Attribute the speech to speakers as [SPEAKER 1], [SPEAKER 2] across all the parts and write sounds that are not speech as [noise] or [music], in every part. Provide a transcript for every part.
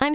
[SPEAKER 1] I'm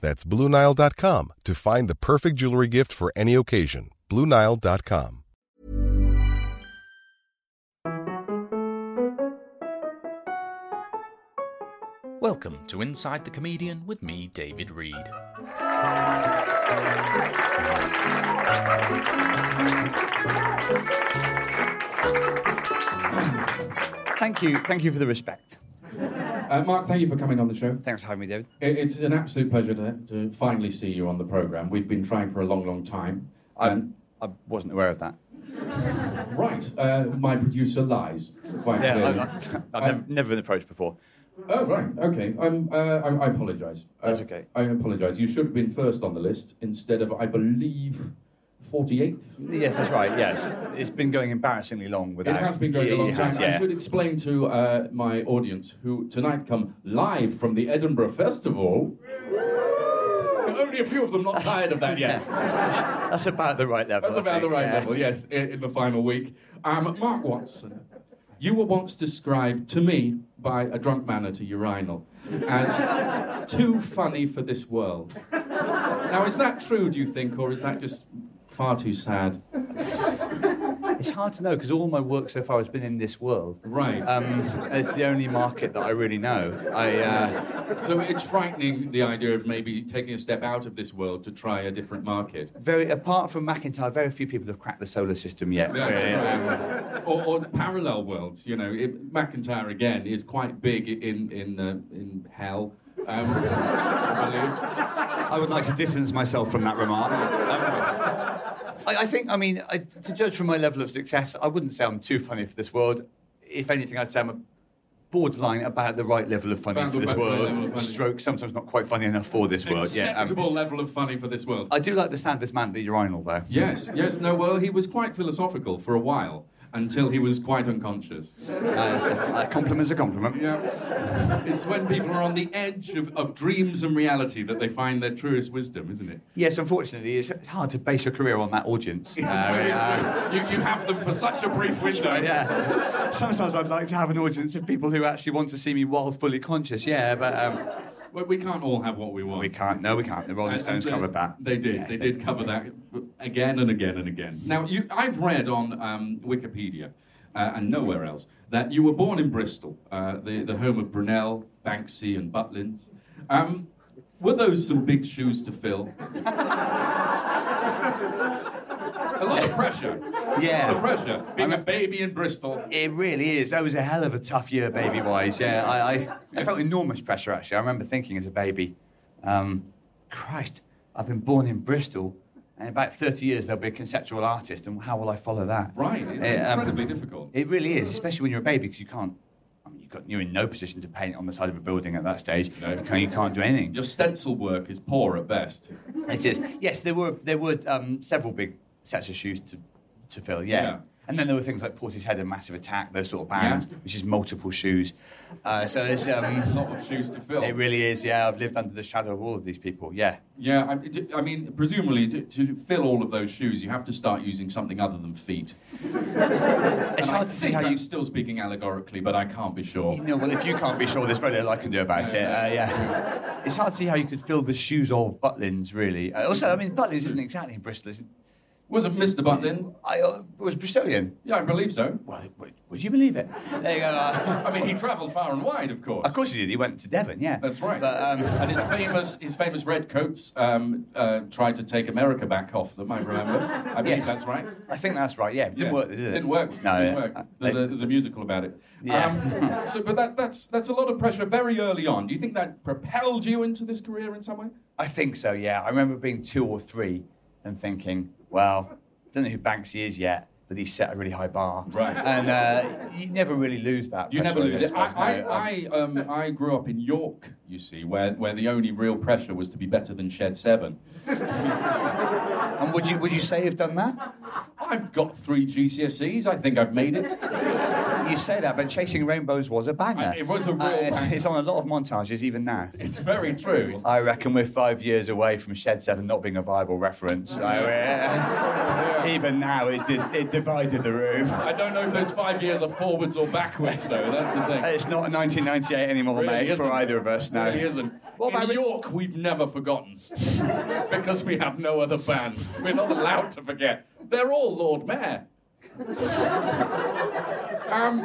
[SPEAKER 2] That's BlueNile.com to find the perfect jewelry gift for any occasion. BlueNile.com.
[SPEAKER 3] Welcome to Inside the Comedian with me, David Reed.
[SPEAKER 4] Thank you. Thank you for the respect.
[SPEAKER 5] Uh, Mark, thank you for coming on the show.
[SPEAKER 4] Thanks for having me, David.
[SPEAKER 5] I- It's an absolute pleasure to, to finally see you on the programme. We've been trying for a long, long time. Um,
[SPEAKER 4] I wasn't aware of that.
[SPEAKER 5] right, uh, my producer lies. Quite
[SPEAKER 4] Yeah,
[SPEAKER 5] clearly. Uh,
[SPEAKER 4] I,
[SPEAKER 5] [laughs]
[SPEAKER 4] have never, never been approached before.
[SPEAKER 5] Oh, right, okay. I'm, uh, I, I apologise. Uh,
[SPEAKER 4] That's okay.
[SPEAKER 5] I apologise. You should have been first on the list instead of, I believe, 48th.
[SPEAKER 4] Yes, that's right. Yes, it's been going embarrassingly long
[SPEAKER 5] It
[SPEAKER 4] without.
[SPEAKER 5] has been going
[SPEAKER 4] Yeah,
[SPEAKER 5] a long
[SPEAKER 4] it
[SPEAKER 5] time.
[SPEAKER 4] has,
[SPEAKER 5] I
[SPEAKER 4] yeah.
[SPEAKER 5] should explain to uh, my audience who tonight come live from the Edinburgh Festival. Only a few of them not tired of that yet.
[SPEAKER 4] That's about the right level.
[SPEAKER 5] That's
[SPEAKER 4] I
[SPEAKER 5] about the
[SPEAKER 4] think,
[SPEAKER 5] right
[SPEAKER 4] yeah.
[SPEAKER 5] level, yes, i- in the final week. Um, Mark Watson, you were once described to me by a drunk man at a urinal as too funny for this world. Now, is that true, do you think, or is that just far too sad?
[SPEAKER 4] It's hard to know because all my work so far has been in this world.
[SPEAKER 5] Right.
[SPEAKER 4] Um, it's the only market that I really know. I. Uh,
[SPEAKER 5] so it's frightening the idea of maybe taking a step out of this world to try a different market.
[SPEAKER 4] very apart from McIntyre, very few people have cracked the solar system yet.
[SPEAKER 5] That's
[SPEAKER 4] really.
[SPEAKER 5] right. or, or parallel worlds, you know. It, McIntyre again is quite big in in uh, in hell. Um, I believe.
[SPEAKER 4] I would like to distance myself from that remark. Um, I, I think, I mean, I, to judge from my level of success, I wouldn't say I'm too funny for this world. If anything, I'd say I'm a borderline about the right level of funny
[SPEAKER 5] About
[SPEAKER 4] for
[SPEAKER 5] the
[SPEAKER 4] this
[SPEAKER 5] right level of
[SPEAKER 4] world.
[SPEAKER 5] funny.
[SPEAKER 4] Stroke, sometimes not quite funny enough for this world. Yeah, um,
[SPEAKER 5] acceptable level of funny for this world.
[SPEAKER 4] I do like the sound of this man at the urinal, though.
[SPEAKER 5] yes, yes, no, well, he was quite philosophical for a while until he was quite unconscious.
[SPEAKER 4] Uh, compliment's a compliment.
[SPEAKER 5] Yeah. It's when people are on the edge of, of dreams and reality that they find their truest wisdom, isn't it?
[SPEAKER 4] Yes, unfortunately, it's it's hard to base your career on that audience. Uh,
[SPEAKER 5] Very
[SPEAKER 4] yeah.
[SPEAKER 5] true. You, you have them for such a brief window.
[SPEAKER 4] yeah. Sometimes I'd like to have an audience of people who actually want to see me while fully conscious, yeah, but um,
[SPEAKER 5] We, we can't all have what we want.
[SPEAKER 4] we can't. No, we can't. The Rolling
[SPEAKER 5] As- as
[SPEAKER 4] Stones
[SPEAKER 5] they-
[SPEAKER 4] covered that.
[SPEAKER 5] They did.
[SPEAKER 4] Yes,
[SPEAKER 5] they, did cover that again and again and again. Now, you, I've read on um, Wikipedia uh, and nowhere else that you were born in Bristol, uh, the, the home of Brunel, Banksy, and Butlins. Um, were those some big shoes to fill? [laughs] a lot of pressure. A lot of
[SPEAKER 4] Yeah.
[SPEAKER 5] pressure. Being a baby in Bristol.
[SPEAKER 4] It really is. That was a hell of a tough year, baby wise. Yeah, I, I, I felt enormous pressure, actually. I remember thinking as a baby, um, Christ, I've been born in Bristol, and in about 30 years there'll be a conceptual artist, and how will I follow that?
[SPEAKER 5] Right. It's
[SPEAKER 4] Eh, um,
[SPEAKER 5] incredibly difficult.
[SPEAKER 4] It really is, especially when you're a baby, because you can't. I mean, you've got, you're in no position to paint on the side of a building at that stage.
[SPEAKER 5] No.
[SPEAKER 4] You, can't, you can't do anything.
[SPEAKER 5] Your stencil work is poor at best.
[SPEAKER 4] It is. Yes, there were there were um, several big sets of shoes to to fill. Yeah.
[SPEAKER 5] Yeah.
[SPEAKER 4] And then there were things like Portishead and Massive Attack, those sort of bands,
[SPEAKER 5] Yeah.
[SPEAKER 4] which is multiple shoes. Uh, so it's
[SPEAKER 5] A
[SPEAKER 4] um,
[SPEAKER 5] lot of shoes to fill.
[SPEAKER 4] it really is. Yeah, I've lived under the shadow of all of these people. Yeah.
[SPEAKER 5] Yeah, I, d- I mean, presumably to, to fill all of those shoes, you have to start using something other than feet.
[SPEAKER 4] It's hard to see how
[SPEAKER 5] I'm
[SPEAKER 4] you.
[SPEAKER 5] still speaking allegorically, but I can't be sure.
[SPEAKER 4] You know, well, if you can't be sure, there's very little I can do about it. Uh, yeah. It's hard to see how you could fill the shoes of Butlins, really. Uh, also, I mean, Butlins isn't exactly in Bristol, is it?
[SPEAKER 5] Was it Mr. Butlin?
[SPEAKER 4] I uh, was Bristolian.
[SPEAKER 5] Yeah, I believe so.
[SPEAKER 4] Well, it- well, Would you believe it? There you go. Uh,
[SPEAKER 5] I mean, he travelled far and wide, of course.
[SPEAKER 4] of course he did. He went to Devon, yeah.
[SPEAKER 5] That's right.
[SPEAKER 4] But, um,
[SPEAKER 5] and his famous, his famous redcoats um, uh, tried to take America back off them. I remember. I believe
[SPEAKER 4] Yes.
[SPEAKER 5] that's right.
[SPEAKER 4] I think that's right, yeah. It didn't
[SPEAKER 5] Yeah.
[SPEAKER 4] work, did it?
[SPEAKER 5] Didn't work.
[SPEAKER 4] No, yeah.
[SPEAKER 5] didn't work.
[SPEAKER 4] Uh,
[SPEAKER 5] There's,
[SPEAKER 4] they-
[SPEAKER 5] a, there's a musical about it.
[SPEAKER 4] Yeah.
[SPEAKER 5] Um, so, but that, that's that's a lot of pressure very early on. Do you think that propelled you into this career in some way?
[SPEAKER 4] I think so, yeah. I remember being two or three and thinking, well, I don't know who Banksy is yet, but he's set a really high bar.
[SPEAKER 5] Right.
[SPEAKER 4] And uh, you never really lose that.
[SPEAKER 5] You never
[SPEAKER 4] pressure,
[SPEAKER 5] lose it. I,
[SPEAKER 4] suppose, no.
[SPEAKER 5] I, I, um, I grew up in York, you see, where, where the only real pressure was to be better than Shed 7.
[SPEAKER 4] And would you would you say you've done that?
[SPEAKER 5] I've got three GCSEs. I think I've made it. [laughs]
[SPEAKER 4] You say that, but Chasing Rainbows was a banger. Uh,
[SPEAKER 5] I- it was a real
[SPEAKER 4] it's,
[SPEAKER 5] banger.
[SPEAKER 4] it's on a lot of montages even now.
[SPEAKER 5] It's very true.
[SPEAKER 4] I reckon we're five years away from Shed Seven not being a viable reference. I- even now, it did, it divided the room.
[SPEAKER 5] I don't know if those five years are forwards or backwards, though. That's the thing.
[SPEAKER 4] It's not 1998 anymore,
[SPEAKER 5] Really
[SPEAKER 4] mate, for
[SPEAKER 5] isn't.
[SPEAKER 4] either of us. No,
[SPEAKER 5] Really isn't.
[SPEAKER 4] What
[SPEAKER 5] in
[SPEAKER 4] about-
[SPEAKER 5] York, we've
[SPEAKER 4] [laughs]
[SPEAKER 5] never forgotten because we have no other bands. We're not allowed to forget. They're all Lord Mayor. um,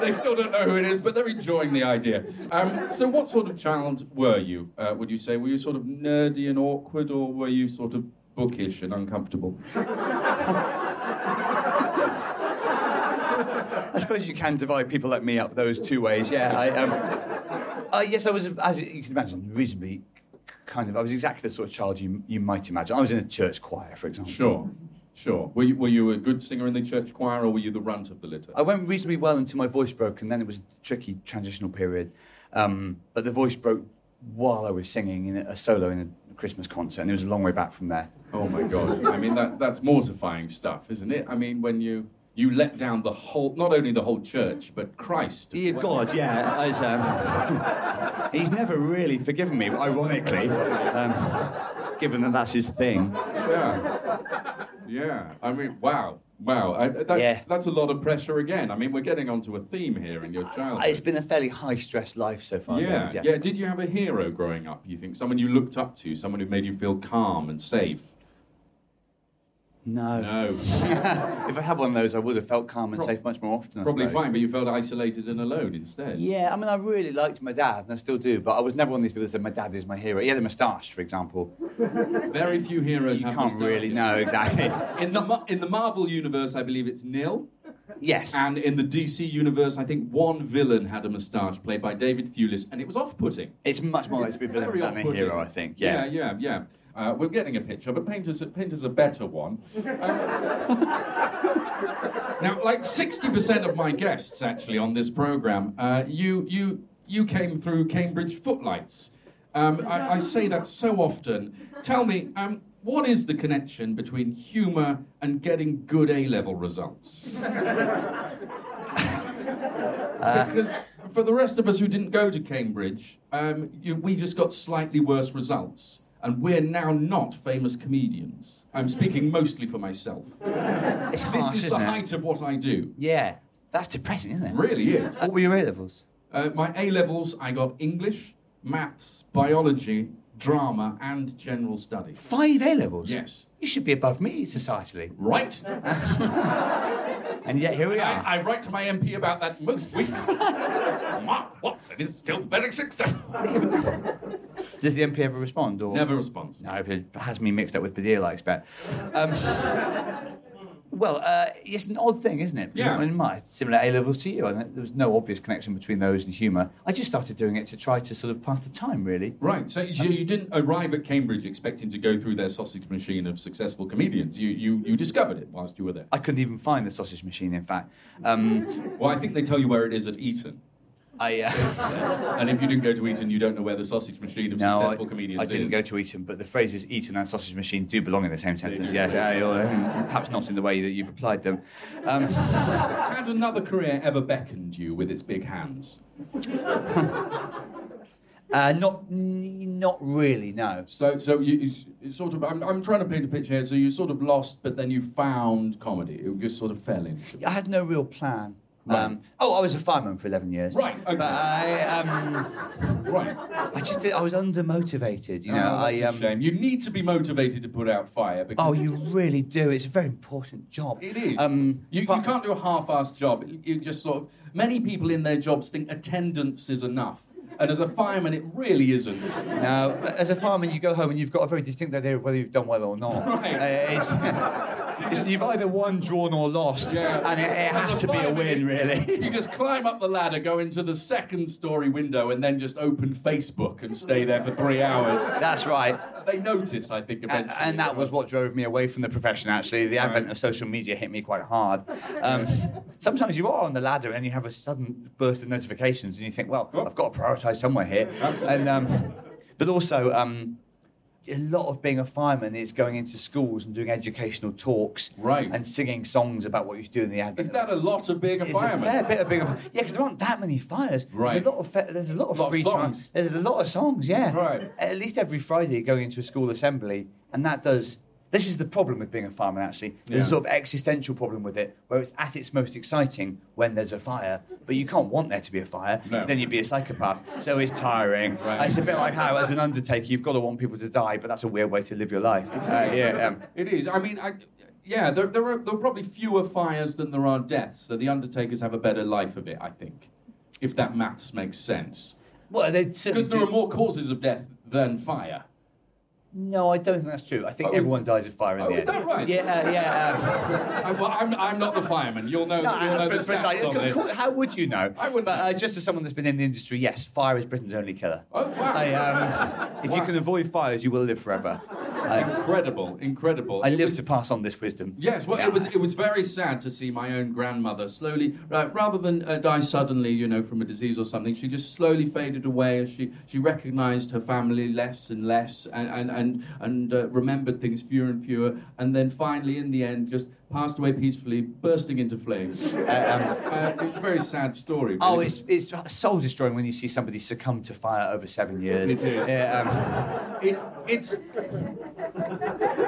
[SPEAKER 5] they still don't know who it is, but they're enjoying the idea. Um, so, what sort of child were you? Uh, would you say were you sort of nerdy and awkward, or were you sort of bookish and uncomfortable?
[SPEAKER 4] I suppose you can divide people like me up those two ways. Yeah, I um, uh, yes, I was as you can imagine, reasonably k- kind of. I was exactly the sort of child you you might imagine. I was in a church choir, for example.
[SPEAKER 5] Sure, sure. Were you, were you a good singer in the church choir, or were you the runt of the litter?
[SPEAKER 4] I went reasonably well until my voice broke, and then it was a tricky transitional period. Um, but the voice broke while I was singing in a, a solo in a Christmas concert, and it was a long way back from there.
[SPEAKER 5] Oh my god! I mean, that that's mortifying stuff, isn't it? I mean, when you you let down the whole, not only the whole church, but Christ. as
[SPEAKER 4] Dear
[SPEAKER 5] well.
[SPEAKER 4] God, yeah. I was, um, [laughs] he's never really forgiven me, ironically, um, given that that's his thing.
[SPEAKER 5] Yeah. Yeah. I mean, wow, wow. I, that,
[SPEAKER 4] Yeah.
[SPEAKER 5] That's a lot of pressure again. I mean, we're getting onto a theme here in your childhood.
[SPEAKER 4] It's been a fairly high stress life so far.
[SPEAKER 5] yeah,
[SPEAKER 4] James,
[SPEAKER 5] yeah, Did you have a hero growing up? You think someone you looked up to, someone who made you feel calm and safe?
[SPEAKER 4] No.
[SPEAKER 5] No,
[SPEAKER 4] [laughs] If I had one of those, I would have felt calm and safe much more often. I
[SPEAKER 5] probably
[SPEAKER 4] suppose.
[SPEAKER 5] fine, but you felt isolated and alone instead.
[SPEAKER 4] Yeah, I mean, I really liked my dad, and I still do, but I was never one of these people that said, My dad is my hero. He had a moustache, for example.
[SPEAKER 5] Very few heroes
[SPEAKER 4] You
[SPEAKER 5] have
[SPEAKER 4] can't
[SPEAKER 5] moustaches.
[SPEAKER 4] really know exactly. [laughs]
[SPEAKER 5] In the, Mar- in the Marvel universe, I believe it's nil.
[SPEAKER 4] Yes.
[SPEAKER 5] And in the DC universe, I think one villain had a moustache played by David Thewlis, and it was off-putting.
[SPEAKER 4] It's much more likely to be a villain
[SPEAKER 5] Very
[SPEAKER 4] than a
[SPEAKER 5] off-putting.
[SPEAKER 4] hero, I think. Yeah.
[SPEAKER 5] yeah, yeah. yeah. Uh, we're getting a picture, but paint us, a- paint us a better one. Um, [laughs] now, like 60% of my guests, actually, on this program, uh, you, you, you came through Cambridge Footlights. Um, I, I say that so often. Tell me, um, what is the connection between humour and getting good A-level results? Because for the rest of us who didn't go to Cambridge, um, you, we just got slightly worse results. And we're now not famous comedians. I'm speaking mostly for myself.
[SPEAKER 4] It's harsh,
[SPEAKER 5] This is the
[SPEAKER 4] isn't it?
[SPEAKER 5] height of what I do.
[SPEAKER 4] Yeah. That's depressing, isn't it?
[SPEAKER 5] Really is.
[SPEAKER 4] What were your A levels?
[SPEAKER 5] Uh, my A levels, I got English, maths, biology, drama, and general studies.
[SPEAKER 4] Five A levels?
[SPEAKER 5] Yes.
[SPEAKER 4] You should be above me societally.
[SPEAKER 5] Right?
[SPEAKER 4] And yet here we are.
[SPEAKER 5] I, I write to my MP about that most weeks. [laughs] Mark Watson is still very successful.
[SPEAKER 4] Does the MP ever respond? Or...
[SPEAKER 5] Never responds.
[SPEAKER 4] No, it has me mixed up with Badil, I expect. Um, well, uh, it's an odd thing, isn't it?
[SPEAKER 5] Yeah.
[SPEAKER 4] I mean, my similar A levels to you, and there was no obvious connection between those and humour. I just started doing it to try to sort of pass the time, really.
[SPEAKER 5] Right. So you, you didn't arrive at Cambridge expecting to go through their sausage machine of successful comedians. You you, you discovered it whilst you were there.
[SPEAKER 4] I couldn't even find the sausage machine, in fact. Um,
[SPEAKER 5] Well, I think they tell you where it is at Eton.
[SPEAKER 4] I, uh,
[SPEAKER 5] And if you didn't go to Eton, you don't know where the sausage machine of
[SPEAKER 4] no,
[SPEAKER 5] [laughs] successful
[SPEAKER 4] I,
[SPEAKER 5] comedians
[SPEAKER 4] I didn't
[SPEAKER 5] is.
[SPEAKER 4] go to Eton, but the phrases Eton and sausage machine do belong in the same sentence.
[SPEAKER 5] do.
[SPEAKER 4] Yes, uh, you're, uh, [laughs] perhaps not in the way that you've applied them. Um,
[SPEAKER 5] Had another career ever beckoned you with its big hands?
[SPEAKER 4] uh, not, n- not really, no.
[SPEAKER 5] So so you, you s- you sort of I'm, I'm trying to paint a picture here. So you sort of lost, but then you found comedy. You just sort of fell into. it.
[SPEAKER 4] I had no real plan. Um, oh, I was a fireman for 11 years.
[SPEAKER 5] Right, okay.
[SPEAKER 4] But I, um,
[SPEAKER 5] Right.
[SPEAKER 4] I just, I was undermotivated, you know.
[SPEAKER 5] Oh, that's
[SPEAKER 4] I,
[SPEAKER 5] a
[SPEAKER 4] um,
[SPEAKER 5] shame. You need to be motivated to put out fire because
[SPEAKER 4] Oh, you really do. It's a very important job.
[SPEAKER 5] It is.
[SPEAKER 4] Um,
[SPEAKER 5] you, you
[SPEAKER 4] but-
[SPEAKER 5] can't do a half-assed job. You- You just sort of. Many people in their jobs think attendance is enough, and as a fireman, it really isn't.
[SPEAKER 4] Now, as a fireman, you go home and you've got a very distinct idea of whether you've done well or not.
[SPEAKER 5] [laughs] Right.
[SPEAKER 4] Uh, it's, it's- [laughs] you've either won, drawn, or lost,
[SPEAKER 5] Yeah.
[SPEAKER 4] and it, it
[SPEAKER 5] As
[SPEAKER 4] has to be a
[SPEAKER 5] fireman,
[SPEAKER 4] win,
[SPEAKER 5] you-
[SPEAKER 4] really.
[SPEAKER 5] [laughs] You just climb up the ladder, go into the second-story window, and then just open Facebook and stay there for three hours.
[SPEAKER 4] That's right.
[SPEAKER 5] They notice, I think,
[SPEAKER 4] And,
[SPEAKER 5] eventually.
[SPEAKER 4] and that was what drove me away from the profession, actually. The advent of social media hit me quite hard.
[SPEAKER 5] [laughs]
[SPEAKER 4] Um, sometimes you are on the ladder and you have a sudden burst of notifications and you think, well, I've got to prioritise somewhere here.
[SPEAKER 5] Absolutely.
[SPEAKER 4] And, um, but also, um, a lot of being a fireman is going into schools and doing educational talks
[SPEAKER 5] Right.
[SPEAKER 4] and singing songs about what you should do in the advent.
[SPEAKER 5] Is that a lot of being a
[SPEAKER 4] It's
[SPEAKER 5] fireman?
[SPEAKER 4] a fair bit of big. Yeah, because there aren't that many fires.
[SPEAKER 5] Right.
[SPEAKER 4] There's a lot of fe- there's a lot of
[SPEAKER 5] Lot of
[SPEAKER 4] free time.
[SPEAKER 5] songs.
[SPEAKER 4] There's a lot of songs. Yeah.
[SPEAKER 5] Right.
[SPEAKER 4] At least every Friday, you're going into a school assembly, and that does. This is the problem with being a fireman. Actually, there's a
[SPEAKER 5] Yeah.
[SPEAKER 4] sort of existential problem with it, where it's at its most exciting when there's a fire, but you can't want there to be a fire, 'cause
[SPEAKER 5] No.
[SPEAKER 4] then you'd be a psychopath. So it's tiring.
[SPEAKER 5] Right.
[SPEAKER 4] It's a bit like how, as an undertaker, you've got to want people to die, but that's a weird way to live your life. Uh, yeah. Um,
[SPEAKER 5] It is. I mean, I, yeah, there, there, are, there are probably fewer fires than there are deaths, so the Undertakers have a better life of it, I think, if that maths makes sense.
[SPEAKER 4] well, they
[SPEAKER 5] Because
[SPEAKER 4] certainly
[SPEAKER 5] there
[SPEAKER 4] do-
[SPEAKER 5] are more causes of death than fire.
[SPEAKER 4] No, I don't think that's true. I think
[SPEAKER 5] Oh,
[SPEAKER 4] everyone dies of fire in
[SPEAKER 5] oh,
[SPEAKER 4] the
[SPEAKER 5] is
[SPEAKER 4] end.
[SPEAKER 5] that right?
[SPEAKER 4] Yeah,
[SPEAKER 5] uh,
[SPEAKER 4] yeah. um,
[SPEAKER 5] I, well, I'm, I'm not the fireman. You'll
[SPEAKER 4] [laughs]
[SPEAKER 5] know,
[SPEAKER 4] No,
[SPEAKER 5] you'll know the
[SPEAKER 4] for- for-
[SPEAKER 5] stats on
[SPEAKER 4] of
[SPEAKER 5] this.
[SPEAKER 4] course- How would you know?
[SPEAKER 5] I wouldn't
[SPEAKER 4] But
[SPEAKER 5] know.
[SPEAKER 4] uh, just as someone that's been in the industry, yes, fire is Britain's only killer.
[SPEAKER 5] Oh, wow.
[SPEAKER 4] I,
[SPEAKER 5] [laughs]
[SPEAKER 4] um, if you can avoid fires, you will live forever. I,
[SPEAKER 5] Incredible, incredible.
[SPEAKER 4] I live to pass on this wisdom.
[SPEAKER 5] Yes, well,
[SPEAKER 4] Yeah.
[SPEAKER 5] it was it was very sad to see my own grandmother slowly, right, rather than uh, die suddenly, you know, from a disease or something. She just slowly faded away as she she recognised her family less and less, and and and, and uh, remembered things fewer and fewer, and then finally, in the end, just passed away peacefully, bursting into flames. Uh, it was a very sad story.
[SPEAKER 4] um, Oh,
[SPEAKER 5] really.
[SPEAKER 4] it's, it's soul destroying when you see somebody succumb to fire over seven years.
[SPEAKER 5] It is.
[SPEAKER 4] Yeah, um,
[SPEAKER 5] It- it's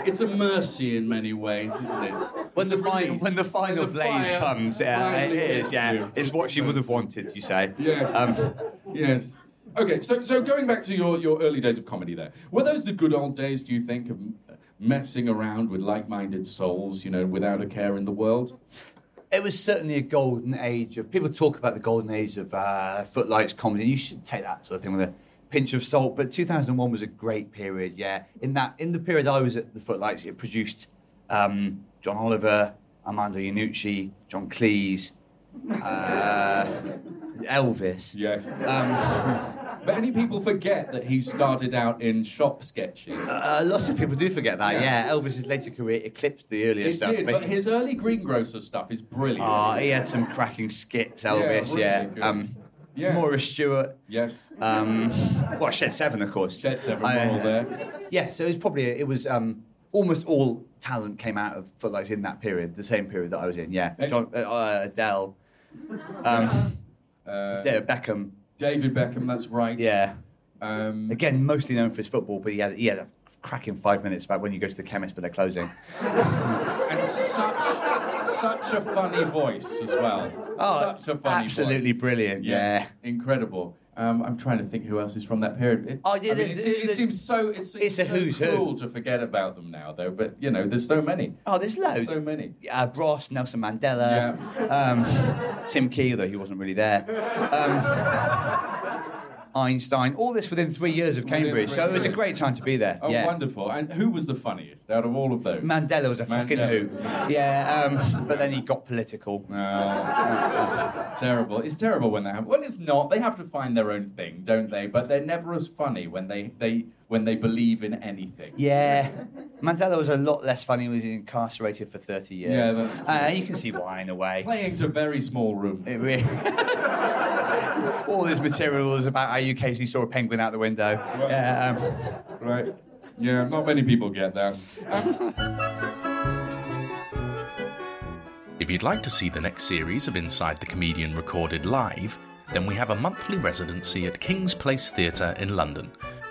[SPEAKER 5] it's a mercy in many ways, isn't it?
[SPEAKER 4] when, the
[SPEAKER 5] It's a
[SPEAKER 4] fi-
[SPEAKER 5] release.
[SPEAKER 4] when the final
[SPEAKER 5] When the
[SPEAKER 4] blaze
[SPEAKER 5] fire
[SPEAKER 4] comes, yeah, it
[SPEAKER 5] finally
[SPEAKER 4] is.
[SPEAKER 5] gets
[SPEAKER 4] Yeah,
[SPEAKER 5] you.
[SPEAKER 4] it's what you would have wanted, you say.
[SPEAKER 5] Yes.
[SPEAKER 4] Um,
[SPEAKER 5] Yes. Okay, so, so going back to your, your early days of comedy there, were those the good old days, do you think, of messing around with like minded souls, you know, without a care in the world?
[SPEAKER 4] it was certainly a golden age of people talk about the golden age of uh, footlights comedy. You should take that sort of thing with a pinch of salt. But 2001 was a great period. Yeah, in that in the period I was at the footlights, it produced um, John Oliver, Amanda Iannucci, John Cleese, uh, Elvis.
[SPEAKER 5] Yeah.
[SPEAKER 4] Um,
[SPEAKER 5] [laughs] but many people forget that he started out in shop sketches.
[SPEAKER 4] A lot of people do forget that. Yeah, Elvis's later career eclipsed the earlier
[SPEAKER 5] It
[SPEAKER 4] stuff.
[SPEAKER 5] did, but his early greengrocer stuff is brilliant.
[SPEAKER 4] Ah, he had some cracking skits, Elvis.
[SPEAKER 5] really
[SPEAKER 4] Yeah,
[SPEAKER 5] good.
[SPEAKER 4] Um,
[SPEAKER 5] Yeah.
[SPEAKER 4] Maura Stewart.
[SPEAKER 5] yes.
[SPEAKER 4] Um, well, Shed Seven, of course.
[SPEAKER 5] Shed Seven
[SPEAKER 4] I- uh,
[SPEAKER 5] Mall there.
[SPEAKER 4] Yeah, so it was probably it was um, almost all talent came out of Footlights in that period, the same period that I was in. Yeah,
[SPEAKER 5] Eh?
[SPEAKER 4] John, uh, uh, Adele, um,
[SPEAKER 5] Uh,
[SPEAKER 4] De- Beckham.
[SPEAKER 5] David Beckham, that's right.
[SPEAKER 4] Yeah,
[SPEAKER 5] Um,
[SPEAKER 4] again, mostly known for his football, but he had he had a cracking five minutes about when you go to the chemist but they're closing.
[SPEAKER 5] and such, such a funny voice as well. such a funny
[SPEAKER 4] Oh, absolutely
[SPEAKER 5] voice.
[SPEAKER 4] brilliant. yeah.
[SPEAKER 5] incredible. Um, I'm trying to think who else is from that period. It,
[SPEAKER 4] Oh, yeah,
[SPEAKER 5] I mean,
[SPEAKER 4] the-
[SPEAKER 5] it,
[SPEAKER 4] the-
[SPEAKER 5] it
[SPEAKER 4] the-
[SPEAKER 5] seems so. It seems
[SPEAKER 4] It's a
[SPEAKER 5] so
[SPEAKER 4] who's who.
[SPEAKER 5] cruel to forget about them now, though. But you know, there's so many.
[SPEAKER 4] Oh, there's loads.
[SPEAKER 5] So many.
[SPEAKER 4] Uh, Ross, Nelson Mandela, um, Tim Key, though he wasn't really there. Um, Einstein, all this within three years of
[SPEAKER 5] Within
[SPEAKER 4] Cambridge.
[SPEAKER 5] three
[SPEAKER 4] So it was a
[SPEAKER 5] years.
[SPEAKER 4] great time to be there.
[SPEAKER 5] Oh,
[SPEAKER 4] yeah.
[SPEAKER 5] wonderful! And who was the funniest out of all of those?
[SPEAKER 4] Mandela was a fucking
[SPEAKER 5] Mandela.
[SPEAKER 4] who. Yeah, um, but then he got political.
[SPEAKER 5] Uh, Oh, terrible. It's terrible when that happens. Well, it's not. They have to find their own thing, don't they? But they're never as funny when they they when they believe in anything.
[SPEAKER 4] Yeah. Mandela was a lot less funny. He was incarcerated for 30 years.
[SPEAKER 5] Yeah, that's-
[SPEAKER 4] uh, you can see why, in a way.
[SPEAKER 5] Playing to very small rooms.
[SPEAKER 4] It really- [laughs] all this material was about how you occasionally saw a penguin out the window. Yeah, um,
[SPEAKER 5] Right. Yeah, not many people get that.
[SPEAKER 3] If you'd like to see the next series of Inside the Comedian recorded live, then we have a monthly residency at King's Place Theatre in London.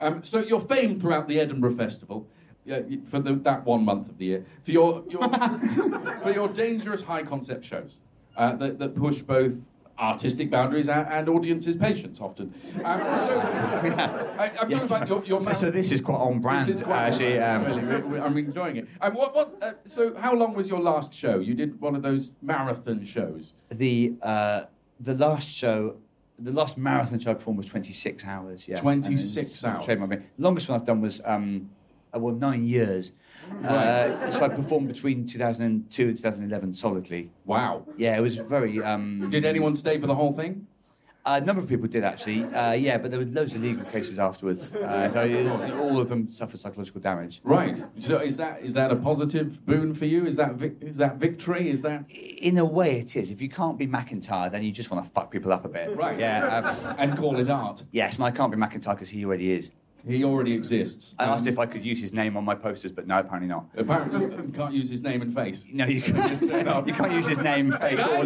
[SPEAKER 5] Um, so you're famed throughout the Edinburgh Festival uh, y- for the, that one month of the year for your, your [laughs] for your dangerous high concept shows uh, that, that push both artistic boundaries and, and audiences' patience often. Um,
[SPEAKER 4] [laughs]
[SPEAKER 5] so I, I'm talking about your, your
[SPEAKER 4] So this is quite on brand,
[SPEAKER 5] This is quite-
[SPEAKER 4] actually.
[SPEAKER 5] really,
[SPEAKER 4] Um,
[SPEAKER 5] we- we- I'm enjoying it. And what, what, uh, so how long was your last show? You did one of those marathon shows.
[SPEAKER 4] the uh, the last show, the last marathon show I performed was 26 hours. Yeah,
[SPEAKER 5] 26 hours.
[SPEAKER 4] Longest one I've done was um, uh, well nine years. Uh, so I performed between 2002 and 2011 solidly.
[SPEAKER 5] Wow.
[SPEAKER 4] Yeah, it was very. Um,
[SPEAKER 5] Did anyone stay for the whole thing?
[SPEAKER 4] a number of people did actually. Uh, yeah, but there were loads of legal cases afterwards. Uh, so all of them suffered psychological damage.
[SPEAKER 5] Right. So is that is that a positive boon for you? Is that vic- is that victory? Is that
[SPEAKER 4] In a way, it is. If you can't be McIntyre, then you just want to fuck people up a bit.
[SPEAKER 5] Right.
[SPEAKER 4] Yeah. Um,
[SPEAKER 5] and call it art?
[SPEAKER 4] yes, and I can't be McIntyre because he already is.
[SPEAKER 5] He already exists.
[SPEAKER 4] I asked if I could use his name on my posters, but no, apparently not.
[SPEAKER 5] Apparently, you can't use his name and face.
[SPEAKER 4] No, you can't, just, you can't use his name, face, or,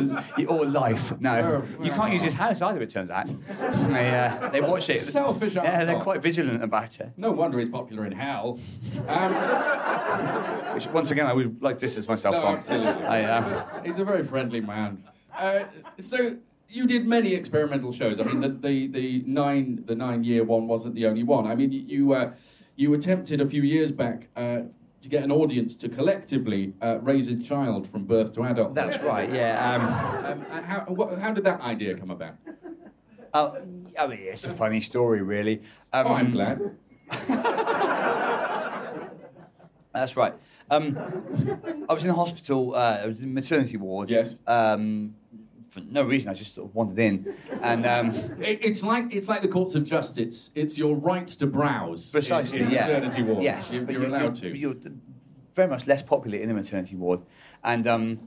[SPEAKER 4] or life. No, you can't use his house either. It turns out they, uh, they watch it.
[SPEAKER 5] Selfish
[SPEAKER 4] Yeah, they're
[SPEAKER 5] arsehole.
[SPEAKER 4] quite vigilant about it.
[SPEAKER 5] No wonder he's popular in hell. Um,
[SPEAKER 4] Which, once again, I would like to distance myself
[SPEAKER 5] No,
[SPEAKER 4] from.
[SPEAKER 5] absolutely.
[SPEAKER 4] I, um,
[SPEAKER 5] he's a very friendly man. Uh, so you did many experimental shows. I mean, the, the, the nine the nine year one wasn't the only one. I mean, you uh, you attempted a few years back. Uh, to get an audience to collectively uh, raise a child from birth to adulthood.
[SPEAKER 4] that's right. Yeah. Um,
[SPEAKER 5] Um, uh, how, what, how did that idea come about?
[SPEAKER 4] oh, I mean, it's a funny story, really. Um,
[SPEAKER 5] Oh, I'm glad.
[SPEAKER 4] That's right. Um, I was in the hospital. Uh, I was in the maternity ward.
[SPEAKER 5] Yes.
[SPEAKER 4] Um, for no reason, I just sort of wandered in, and. Um,
[SPEAKER 5] It, it's like it's like the courts of justice. It's your right to browse. in-
[SPEAKER 4] Precisely,
[SPEAKER 5] in,
[SPEAKER 4] yeah.
[SPEAKER 5] Maternity wards.
[SPEAKER 4] Yes,
[SPEAKER 5] you,
[SPEAKER 4] but
[SPEAKER 5] you're allowed
[SPEAKER 4] you're-
[SPEAKER 5] to.
[SPEAKER 4] You're d- very much less popular in the maternity ward, and um,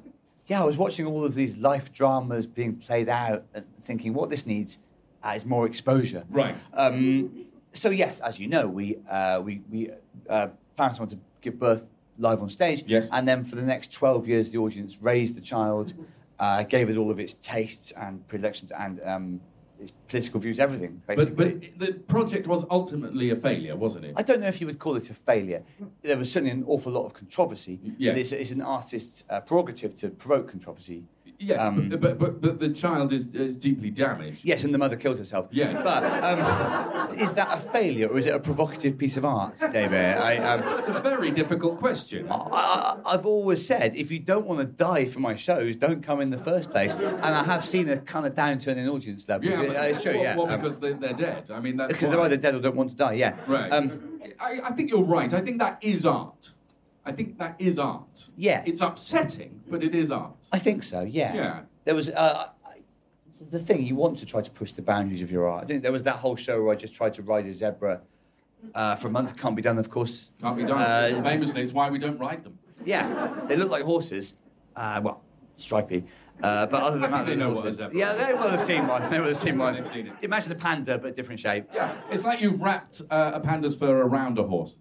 [SPEAKER 4] yeah, I was watching all of these life dramas being played out, and thinking what this needs uh, is more exposure.
[SPEAKER 5] Right.
[SPEAKER 4] Um, so yes, as you know, we uh, we we uh, found someone to give birth live on stage.
[SPEAKER 5] Yes.
[SPEAKER 4] And then for the next twelve years, the audience raised the child, uh, gave it all of its tastes and predilections and um, its political views, everything. Basically.
[SPEAKER 5] but but it, the project was ultimately a failure, wasn't it?
[SPEAKER 4] I don't know if you would call it a failure. There was certainly an awful lot of controversy.
[SPEAKER 5] Yeah.
[SPEAKER 4] But It's, it's an artist's uh, prerogative to provoke controversy.
[SPEAKER 5] yes,
[SPEAKER 4] um,
[SPEAKER 5] but, but, but but the child is is deeply damaged.
[SPEAKER 4] Yes, and the mother killed herself.
[SPEAKER 5] Yes.
[SPEAKER 4] But um, is that a failure or is it a provocative piece of art, David? I, um,
[SPEAKER 5] It's a very difficult question.
[SPEAKER 4] Oh, I, I- I've always said if you don't want to die for my shows, don't come in the first place. And I have seen a kind of downturn in audience levels.
[SPEAKER 5] yeah, but-
[SPEAKER 4] Uh, it's true,
[SPEAKER 5] well,
[SPEAKER 4] yeah.
[SPEAKER 5] well,
[SPEAKER 4] Um,
[SPEAKER 5] because they, they're dead. I mean, that's
[SPEAKER 4] because they're
[SPEAKER 5] why.
[SPEAKER 4] either dead or don't want to die, yeah.
[SPEAKER 5] Right.
[SPEAKER 4] Um,
[SPEAKER 5] I, I think you're right. I think that is art. I think that is art.
[SPEAKER 4] Yeah.
[SPEAKER 5] It's upsetting, but it is art.
[SPEAKER 4] I think so. Yeah.
[SPEAKER 5] Yeah.
[SPEAKER 4] There was uh, I- the thing you want to try to push the boundaries of your art. I think there was that whole show where I just tried to ride a zebra uh, for a month. Can't be done, of course.
[SPEAKER 5] Can't be done.
[SPEAKER 4] Uh,
[SPEAKER 5] Famously, it's why we don't ride them.
[SPEAKER 4] yeah, they look like horses. Uh, well, stripy. Uh, but other than that,
[SPEAKER 5] [laughs] They know what a
[SPEAKER 4] is.
[SPEAKER 5] zebra
[SPEAKER 4] Yeah,
[SPEAKER 5] is.
[SPEAKER 4] they will have seen one. They will have seen one.
[SPEAKER 5] They've seen it.
[SPEAKER 4] Imagine a panda, but different shape.
[SPEAKER 5] Yeah, it's like you wrapped uh, a panda's fur around a horse.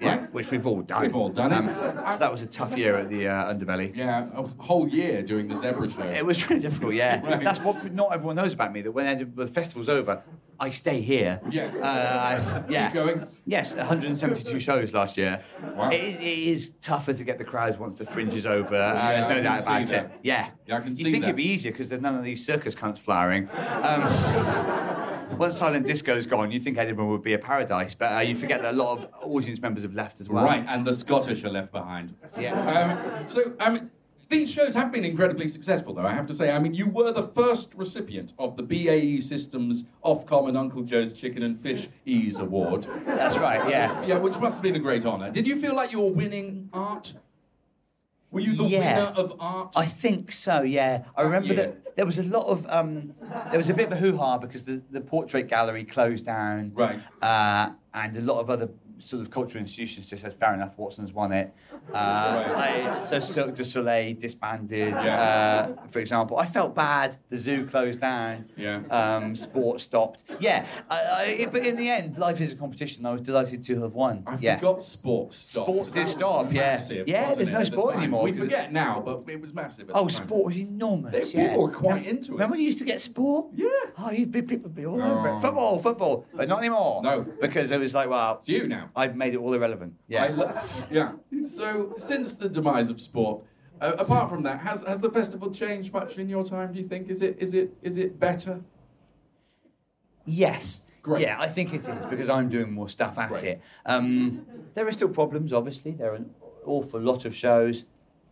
[SPEAKER 4] Yeah, which we've all done. Um,
[SPEAKER 5] We've all done it.
[SPEAKER 4] so that was a tough year at the uh, Underbelly.
[SPEAKER 5] Yeah, a whole year doing the zebra
[SPEAKER 4] [laughs]
[SPEAKER 5] show.
[SPEAKER 4] It was really difficult, yeah.
[SPEAKER 5] Right.
[SPEAKER 4] That's what not everyone knows about me. That when the- the festival's over, I stay here.
[SPEAKER 5] Yes.
[SPEAKER 4] Uh, I- yeah.
[SPEAKER 5] Keep going.
[SPEAKER 4] Yes, 172 shows last year.
[SPEAKER 5] Wow.
[SPEAKER 4] It, is- it is tougher to get the crowds once the fringe is over. uh,
[SPEAKER 5] yeah,
[SPEAKER 4] there's
[SPEAKER 5] I
[SPEAKER 4] no
[SPEAKER 5] can
[SPEAKER 4] doubt
[SPEAKER 5] see
[SPEAKER 4] about
[SPEAKER 5] that.
[SPEAKER 4] it. Yeah.
[SPEAKER 5] Yeah, I can
[SPEAKER 4] You'd
[SPEAKER 5] see
[SPEAKER 4] think
[SPEAKER 5] that.
[SPEAKER 4] it'd be easier because there's none of these circus cunts flowering. Um, [laughs] once silent disco's gone, you think Edinburgh would be a paradise, but uh, you forget that a lot of audience members have left as well.
[SPEAKER 5] Right, and the Scottish are left behind.
[SPEAKER 4] Yeah.
[SPEAKER 5] Um, so, um, these shows have been incredibly successful, though, I have to say. I mean, you were the first recipient of the BAE Systems Ofcom and Uncle Joe's Chicken and Fish Ease Award.
[SPEAKER 4] That's right. Yeah.
[SPEAKER 5] Yeah, which must have been a great honour. Did you feel like you were winning art? Were you the
[SPEAKER 4] Yeah.
[SPEAKER 5] winner of art?
[SPEAKER 4] I think so. Yeah, I remember
[SPEAKER 5] year.
[SPEAKER 4] that there was a lot of um, there was a bit of a hoo ha because the, the portrait gallery closed down,
[SPEAKER 5] Right.
[SPEAKER 4] Uh, and a lot of other sort of cultural institutions just said, "Fair enough, Watson's won it." Uh,
[SPEAKER 5] Right.
[SPEAKER 4] I- so Cirque du Soleil disbanded,
[SPEAKER 5] Yeah.
[SPEAKER 4] uh, for example. I felt bad. The zoo closed down.
[SPEAKER 5] Yeah.
[SPEAKER 4] Um, sport stopped. Yeah, I, I, but in the end, life is a competition. I was delighted to have won.
[SPEAKER 5] I
[SPEAKER 4] yeah.
[SPEAKER 5] forgot sports stopped.
[SPEAKER 4] Sports
[SPEAKER 5] That
[SPEAKER 4] did
[SPEAKER 5] was
[SPEAKER 4] stop, yeah.
[SPEAKER 5] massive,
[SPEAKER 4] Yeah,
[SPEAKER 5] wasn't
[SPEAKER 4] there's
[SPEAKER 5] it,
[SPEAKER 4] no
[SPEAKER 5] at the
[SPEAKER 4] sport
[SPEAKER 5] time?
[SPEAKER 4] anymore
[SPEAKER 5] We
[SPEAKER 4] because-
[SPEAKER 5] forget now, but it was massive. At
[SPEAKER 4] Oh,
[SPEAKER 5] the time.
[SPEAKER 4] sport was enormous.
[SPEAKER 5] They-
[SPEAKER 4] yeah.
[SPEAKER 5] people were quite into it.
[SPEAKER 4] Remember when you used to get sport?
[SPEAKER 5] Yeah.
[SPEAKER 4] Oh, you big people would be all
[SPEAKER 5] Oh.
[SPEAKER 4] over it. Football, football, but not anymore.
[SPEAKER 5] No.
[SPEAKER 4] because it was like, well,
[SPEAKER 5] It's you now.
[SPEAKER 4] I've made it all irrelevant. Yeah.
[SPEAKER 5] I lo- yeah. So since the demise of sport, uh, apart from that, has has the festival changed much in your time? Do you think is it is it is it better?
[SPEAKER 4] yes.
[SPEAKER 5] Great.
[SPEAKER 4] Yeah, I think it is because I'm doing more stuff at
[SPEAKER 5] Great.
[SPEAKER 4] it. Um, there are still problems, obviously. There are an awful lot of shows.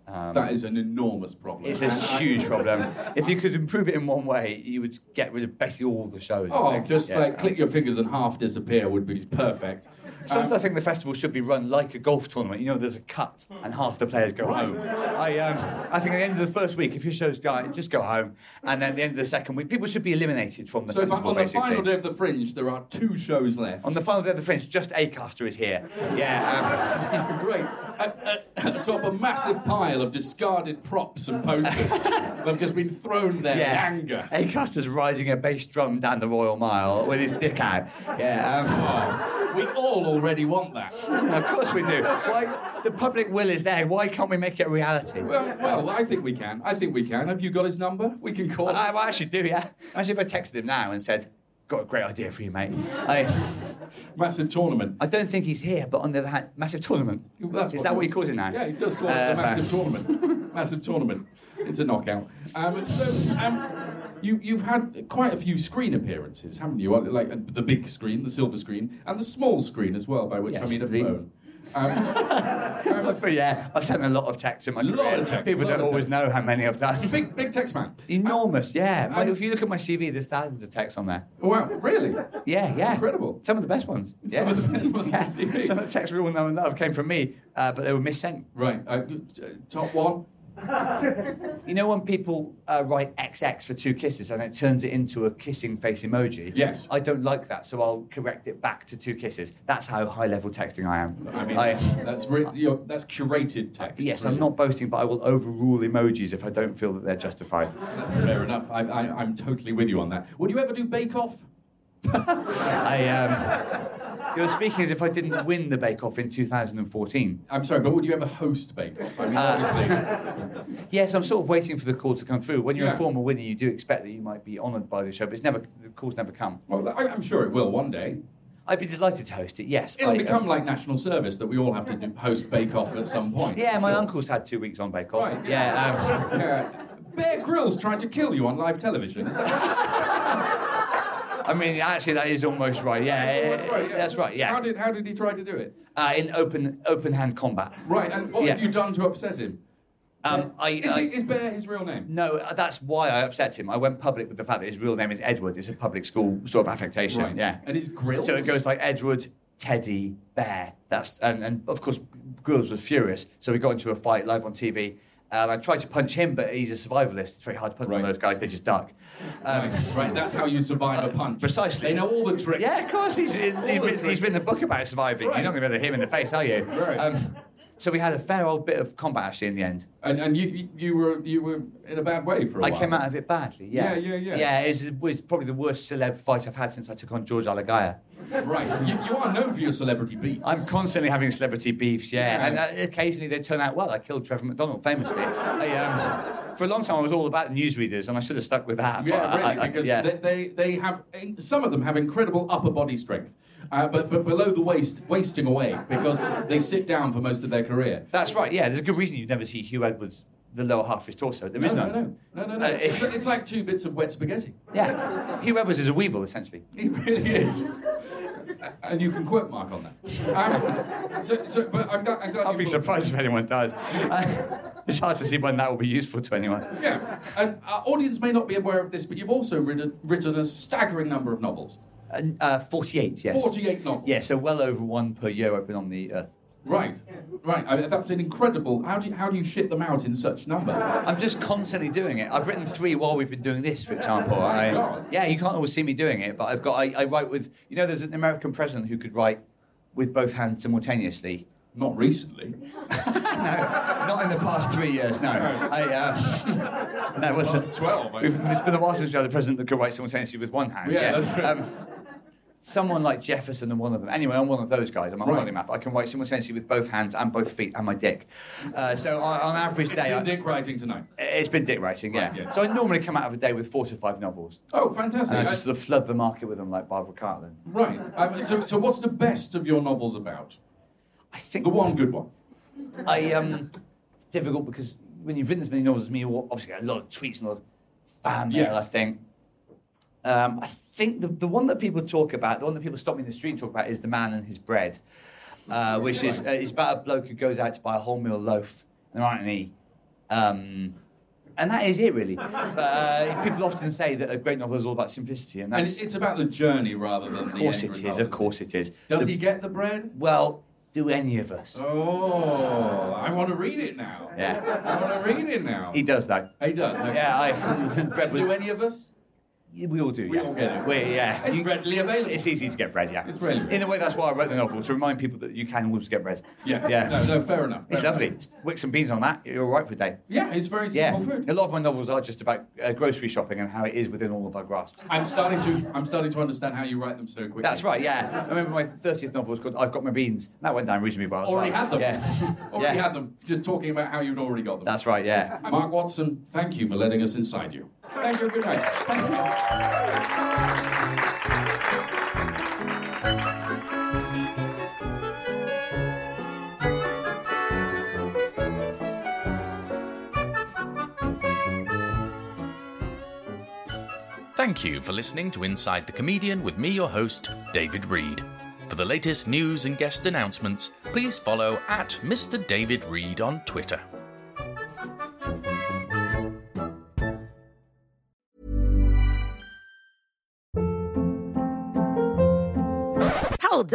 [SPEAKER 5] that is an enormous problem.
[SPEAKER 4] Um, It's a
[SPEAKER 5] [laughs] And I-
[SPEAKER 4] huge problem. If you could improve it in one way, you would get rid of basically all the shows. I
[SPEAKER 5] Oh,
[SPEAKER 4] think.
[SPEAKER 5] just
[SPEAKER 4] Yeah.
[SPEAKER 5] like click your fingers and half disappear would be perfect. Um,
[SPEAKER 4] Sometimes I think the festival should be run like a golf tournament. You know, there's a cut and half the players go home. I, um, I think at the end of the first week, if your show's going, just go home. And then at the end of the second week, people should be eliminated from the
[SPEAKER 5] So but
[SPEAKER 4] festival,
[SPEAKER 5] on the
[SPEAKER 4] basically.
[SPEAKER 5] final day of the Fringe, there are two shows left.
[SPEAKER 4] on the final day of the French, just Acaster is here. Yeah. Um,
[SPEAKER 5] Great. A- a- Atop a massive pile of discarded props and posters
[SPEAKER 4] [laughs]
[SPEAKER 5] that have just been thrown there
[SPEAKER 4] yeah.
[SPEAKER 5] in anger.
[SPEAKER 4] Acaster's riding a bass drum down the Royal Mile with his dick out. Yeah.
[SPEAKER 5] We all already want that.
[SPEAKER 4] Um, of course we do. Why, the public will is there. Why can't we make it a reality?
[SPEAKER 5] Well, well, I think we can. I think we can. Have you got his number? We can call.
[SPEAKER 4] I, I actually do, yeah. Imagine if I texted him now and said, Got a great idea for you, mate. I,
[SPEAKER 5] Massive tournament.
[SPEAKER 4] I don't think he's here, but on the other hand, massive tournament.
[SPEAKER 5] That's
[SPEAKER 4] Is that what he calls it now?
[SPEAKER 5] Yeah, he does call it
[SPEAKER 4] Uh,
[SPEAKER 5] the
[SPEAKER 4] [laughs]
[SPEAKER 5] massive tournament. massive tournament. It's a knockout. Um, so, um, you, you've had quite a few screen appearances, haven't you? Uh, Like uh, the big screen, the silver screen, and the small screen as well, by which I
[SPEAKER 4] Yes,
[SPEAKER 5] mean a
[SPEAKER 4] the-
[SPEAKER 5] phone. Um,
[SPEAKER 4] But yeah, I've sent a lot of texts in my
[SPEAKER 5] Lot of
[SPEAKER 4] career.
[SPEAKER 5] texts,
[SPEAKER 4] People
[SPEAKER 5] lot
[SPEAKER 4] don't
[SPEAKER 5] of
[SPEAKER 4] always know how many I've done.
[SPEAKER 5] big, big text man.
[SPEAKER 4] Enormous, yeah. Like,
[SPEAKER 5] I'm-
[SPEAKER 4] if you look at my CV, there's thousands of texts on there.
[SPEAKER 5] Uh, Wow, really?
[SPEAKER 4] Yeah, yeah.
[SPEAKER 5] Incredible.
[SPEAKER 4] Some of the best ones.
[SPEAKER 5] Some
[SPEAKER 4] yeah.
[SPEAKER 5] of the best ones
[SPEAKER 4] [laughs]
[SPEAKER 5] on
[SPEAKER 4] Yeah.
[SPEAKER 5] CV.
[SPEAKER 4] Some of the texts we all know and love came from me, uh, but they were missent.
[SPEAKER 5] Right. Uh, g- uh, top one.
[SPEAKER 4] You know when people uh, write XX for two kisses and it turns it into a kissing face emoji?
[SPEAKER 5] Yes.
[SPEAKER 4] I don't like that, so I'll correct it back to two kisses. That's how high level texting I am.
[SPEAKER 5] I mean,
[SPEAKER 4] I-
[SPEAKER 5] that's re- you're, that's curated text.
[SPEAKER 4] Yes,
[SPEAKER 5] really.
[SPEAKER 4] I'm not boasting, but I will overrule emojis if I don't feel that they're justified.
[SPEAKER 5] Fair enough. I, I, I'm totally with you on that. Would you ever do Bake Off?
[SPEAKER 4] I, um, you're speaking as if I didn't win the Bake Off in 2014.
[SPEAKER 5] I'm sorry, but would you ever host Bake Off? I mean,
[SPEAKER 4] Uh, [laughs]
[SPEAKER 5] obviously.
[SPEAKER 4] Yes, I'm sort of waiting for the call to come through. When you're
[SPEAKER 5] Yeah.
[SPEAKER 4] a former winner, you do expect that you might be honoured by the show, but it's never the calls never come.
[SPEAKER 5] Well, I, I'm sure it will one day.
[SPEAKER 4] I'd be delighted to host it. Yes,
[SPEAKER 5] It'll
[SPEAKER 4] I, um,
[SPEAKER 5] become like national service that we all have to do, host Bake Off at some point.
[SPEAKER 4] yeah, my uncle's had two weeks on Bake Off.
[SPEAKER 5] Right,
[SPEAKER 4] yeah. um,
[SPEAKER 5] Yeah. Bear Grylls tried to kill you on live television. Is that right?
[SPEAKER 4] [laughs] I mean, actually, that is almost right. Yeah, that's right.
[SPEAKER 5] How
[SPEAKER 4] Yeah,
[SPEAKER 5] did how did he try to do it?
[SPEAKER 4] uh, in open open hand combat.
[SPEAKER 5] Right. And what have
[SPEAKER 4] Yeah.
[SPEAKER 5] you done to upset him?
[SPEAKER 4] Um, I,
[SPEAKER 5] Is,
[SPEAKER 4] I-
[SPEAKER 5] he, is Bear his real name?
[SPEAKER 4] No, uh, that's why I upset him. I went public with the fact that his real name is Edward. It's a public school sort of affectation.
[SPEAKER 5] Right.
[SPEAKER 4] Yeah.
[SPEAKER 5] And his grills?
[SPEAKER 4] So it goes like Edward, Teddy, Bear. That's and, and of course Grills was furious. So we got into a fight live on TV. And I tried to punch him, but he's a survivalist. It's very hard to punch one
[SPEAKER 5] Right.
[SPEAKER 4] of those guys. They just duck. Um,
[SPEAKER 5] Right, [laughs] right, that's how you survive a punch.
[SPEAKER 4] Uh, precisely.
[SPEAKER 5] They know all the tricks.
[SPEAKER 4] Yeah, of course. He's, he's,
[SPEAKER 5] the
[SPEAKER 4] written,
[SPEAKER 5] tricks.
[SPEAKER 4] he's written a book about surviving.
[SPEAKER 5] Right.
[SPEAKER 4] You're not going to be able to hit him in the face, are you?
[SPEAKER 5] Right.
[SPEAKER 4] Um, So we had a fair old bit of combat actually in the end.
[SPEAKER 5] And, and you- you, you were you were in a bad way for a
[SPEAKER 4] I
[SPEAKER 5] while.
[SPEAKER 4] came out of it badly. Yeah,
[SPEAKER 5] Yeah, yeah, yeah.
[SPEAKER 4] Yeah, it's, it's probably the worst celeb fight I've had since I took on George Alagaya.
[SPEAKER 5] Right. You, you are known for your celebrity beats.
[SPEAKER 4] Mm.
[SPEAKER 5] [laughs]
[SPEAKER 4] I'm constantly having celebrity beefs, yeah, and uh, occasionally they turn out well. I killed Trevor McDonald famously. I, um, for a long time, I was all about newsreaders, and I should have stuck with that.
[SPEAKER 5] Yeah,
[SPEAKER 4] but I-
[SPEAKER 5] really,
[SPEAKER 4] I- I-
[SPEAKER 5] because
[SPEAKER 4] yeah.
[SPEAKER 5] They, they, they have some of them have incredible upper body strength, uh, but but below the waist, wasting away because they sit down for most of their career.
[SPEAKER 4] That's right. Yeah, there's a good reason you never see Hugh Edwards the lower half of his torso. There is
[SPEAKER 5] no,
[SPEAKER 4] none.
[SPEAKER 5] no, no, no, no. no.
[SPEAKER 4] Uh,
[SPEAKER 5] it's,
[SPEAKER 4] if-
[SPEAKER 5] it's like two bits of wet spaghetti. [laughs]
[SPEAKER 4] Yeah, Hugh Edwards is a weeble essentially.
[SPEAKER 5] It really is. And you can quote Mark on that. Um, so, so, but I'm glad, I'm glad
[SPEAKER 4] I'll
[SPEAKER 5] you
[SPEAKER 4] be
[SPEAKER 5] brought-
[SPEAKER 4] surprised if anyone does. [laughs] Uh, it's hard to see when that will be useful to anyone.
[SPEAKER 5] Yeah, and our audience may not be aware of this, but you've also written, written a staggering number of novels.
[SPEAKER 4] Uh, uh, 48, yes.
[SPEAKER 5] 48 novels.
[SPEAKER 4] Yeah, so well over one per year open on the earth.
[SPEAKER 5] Right, right. I, that's an incredible. How do you, how do you shit them out in such number?
[SPEAKER 4] I'm just constantly doing it. I've written three while we've been doing this, for example. I,
[SPEAKER 5] Oh God.
[SPEAKER 4] yeah, you can't always see me doing it, but I've got, I, I write with, you know, there's an American president who could write with both hands simultaneously.
[SPEAKER 5] Not recently.
[SPEAKER 4] Not in the past three years, no. I, uh, [laughs] no, it wasn't.
[SPEAKER 5] Past 12, I-
[SPEAKER 4] We've- It's been a while since we had a president that could write simultaneously with one hand. Um,
[SPEAKER 5] Yeah, that's true.
[SPEAKER 4] someone like Jefferson and one of them. Anyway, I'm one of those guys. I'm a
[SPEAKER 5] Right.
[SPEAKER 4] right. math. I can write simultaneously with both hands and both feet and my dick. Uh, so on, on average
[SPEAKER 5] It's
[SPEAKER 4] day,
[SPEAKER 5] been
[SPEAKER 4] I-
[SPEAKER 5] dick writing tonight.
[SPEAKER 4] it's been dick writing, yeah.
[SPEAKER 5] Right, yeah.
[SPEAKER 4] So I normally come out of a day with four to five novels.
[SPEAKER 5] Oh,
[SPEAKER 4] And
[SPEAKER 5] fantastic!
[SPEAKER 4] I
[SPEAKER 5] I-
[SPEAKER 4] just sort of flood the market with them like Barbara Cartland.
[SPEAKER 5] right. Um, so, so what's the best of your novels about?
[SPEAKER 4] I think
[SPEAKER 5] The one good one.
[SPEAKER 4] I um, it's difficult because when you've written as many novels as me, you obviously get a lot of tweets and a lot of fan mail.
[SPEAKER 5] Yes.
[SPEAKER 4] I think. Um, I think the, the one that people talk about, the one that people stop me in the street and talk about, is the man and his bread, uh, which is uh, it's about a bloke who goes out to buy a wholemeal loaf and there aren't any. Um, and that is it,
[SPEAKER 5] [laughs]
[SPEAKER 4] really. But uh, people often say that a great novel is all about simplicity, and
[SPEAKER 5] And
[SPEAKER 4] that's
[SPEAKER 5] it's, it's about the journey rather than the
[SPEAKER 4] of course
[SPEAKER 5] end
[SPEAKER 4] it is.
[SPEAKER 5] result,
[SPEAKER 4] Of
[SPEAKER 5] isn't
[SPEAKER 4] course it is.
[SPEAKER 5] it? Does
[SPEAKER 4] The-
[SPEAKER 5] he get the bread?
[SPEAKER 4] Well, do any of us?
[SPEAKER 5] Oh, I want to read it now.
[SPEAKER 4] Yeah,
[SPEAKER 5] I want to read it now.
[SPEAKER 4] he does though.
[SPEAKER 5] He does. okay.
[SPEAKER 4] Yeah, I. [laughs] bread was-
[SPEAKER 5] Do any of us?
[SPEAKER 4] We all do.
[SPEAKER 5] We
[SPEAKER 4] yeah.
[SPEAKER 5] all get it.
[SPEAKER 4] We, yeah.
[SPEAKER 5] It's
[SPEAKER 4] You-
[SPEAKER 5] readily available.
[SPEAKER 4] It's easy to get bread. Yeah.
[SPEAKER 5] It's readily-
[SPEAKER 4] In a way, that's why I wrote the novel to remind people that you can always get bread.
[SPEAKER 5] yeah.
[SPEAKER 4] Yeah.
[SPEAKER 5] No, no, fair enough.
[SPEAKER 4] It's
[SPEAKER 5] fair enough.
[SPEAKER 4] lovely. Just Wick some beans on that. You're all right for a day.
[SPEAKER 5] Yeah, it's very
[SPEAKER 4] Yeah.
[SPEAKER 5] simple food.
[SPEAKER 4] A lot of my novels are just about uh, grocery shopping and how it is within all of our grasp.
[SPEAKER 5] I'm starting to I'm starting to understand how you write them so quickly.
[SPEAKER 4] That's right. Yeah. I remember my 30th novel was called I've Got My Beans. And that went down reasonably well. as
[SPEAKER 5] Already
[SPEAKER 4] well.
[SPEAKER 5] had them.
[SPEAKER 4] Yeah.
[SPEAKER 5] [laughs] Already
[SPEAKER 4] Yeah.
[SPEAKER 5] had them. Just talking about how you'd already got them.
[SPEAKER 4] That's right. Yeah.
[SPEAKER 5] Mark Watson, thank you for letting us inside you. Thank you. Good night.
[SPEAKER 3] Thank you for listening to Inside the Comedian with me, your host, David Reed. For the latest news and guest announcements, please follow at Mr. David Reed on Twitter.
[SPEAKER 6] Hold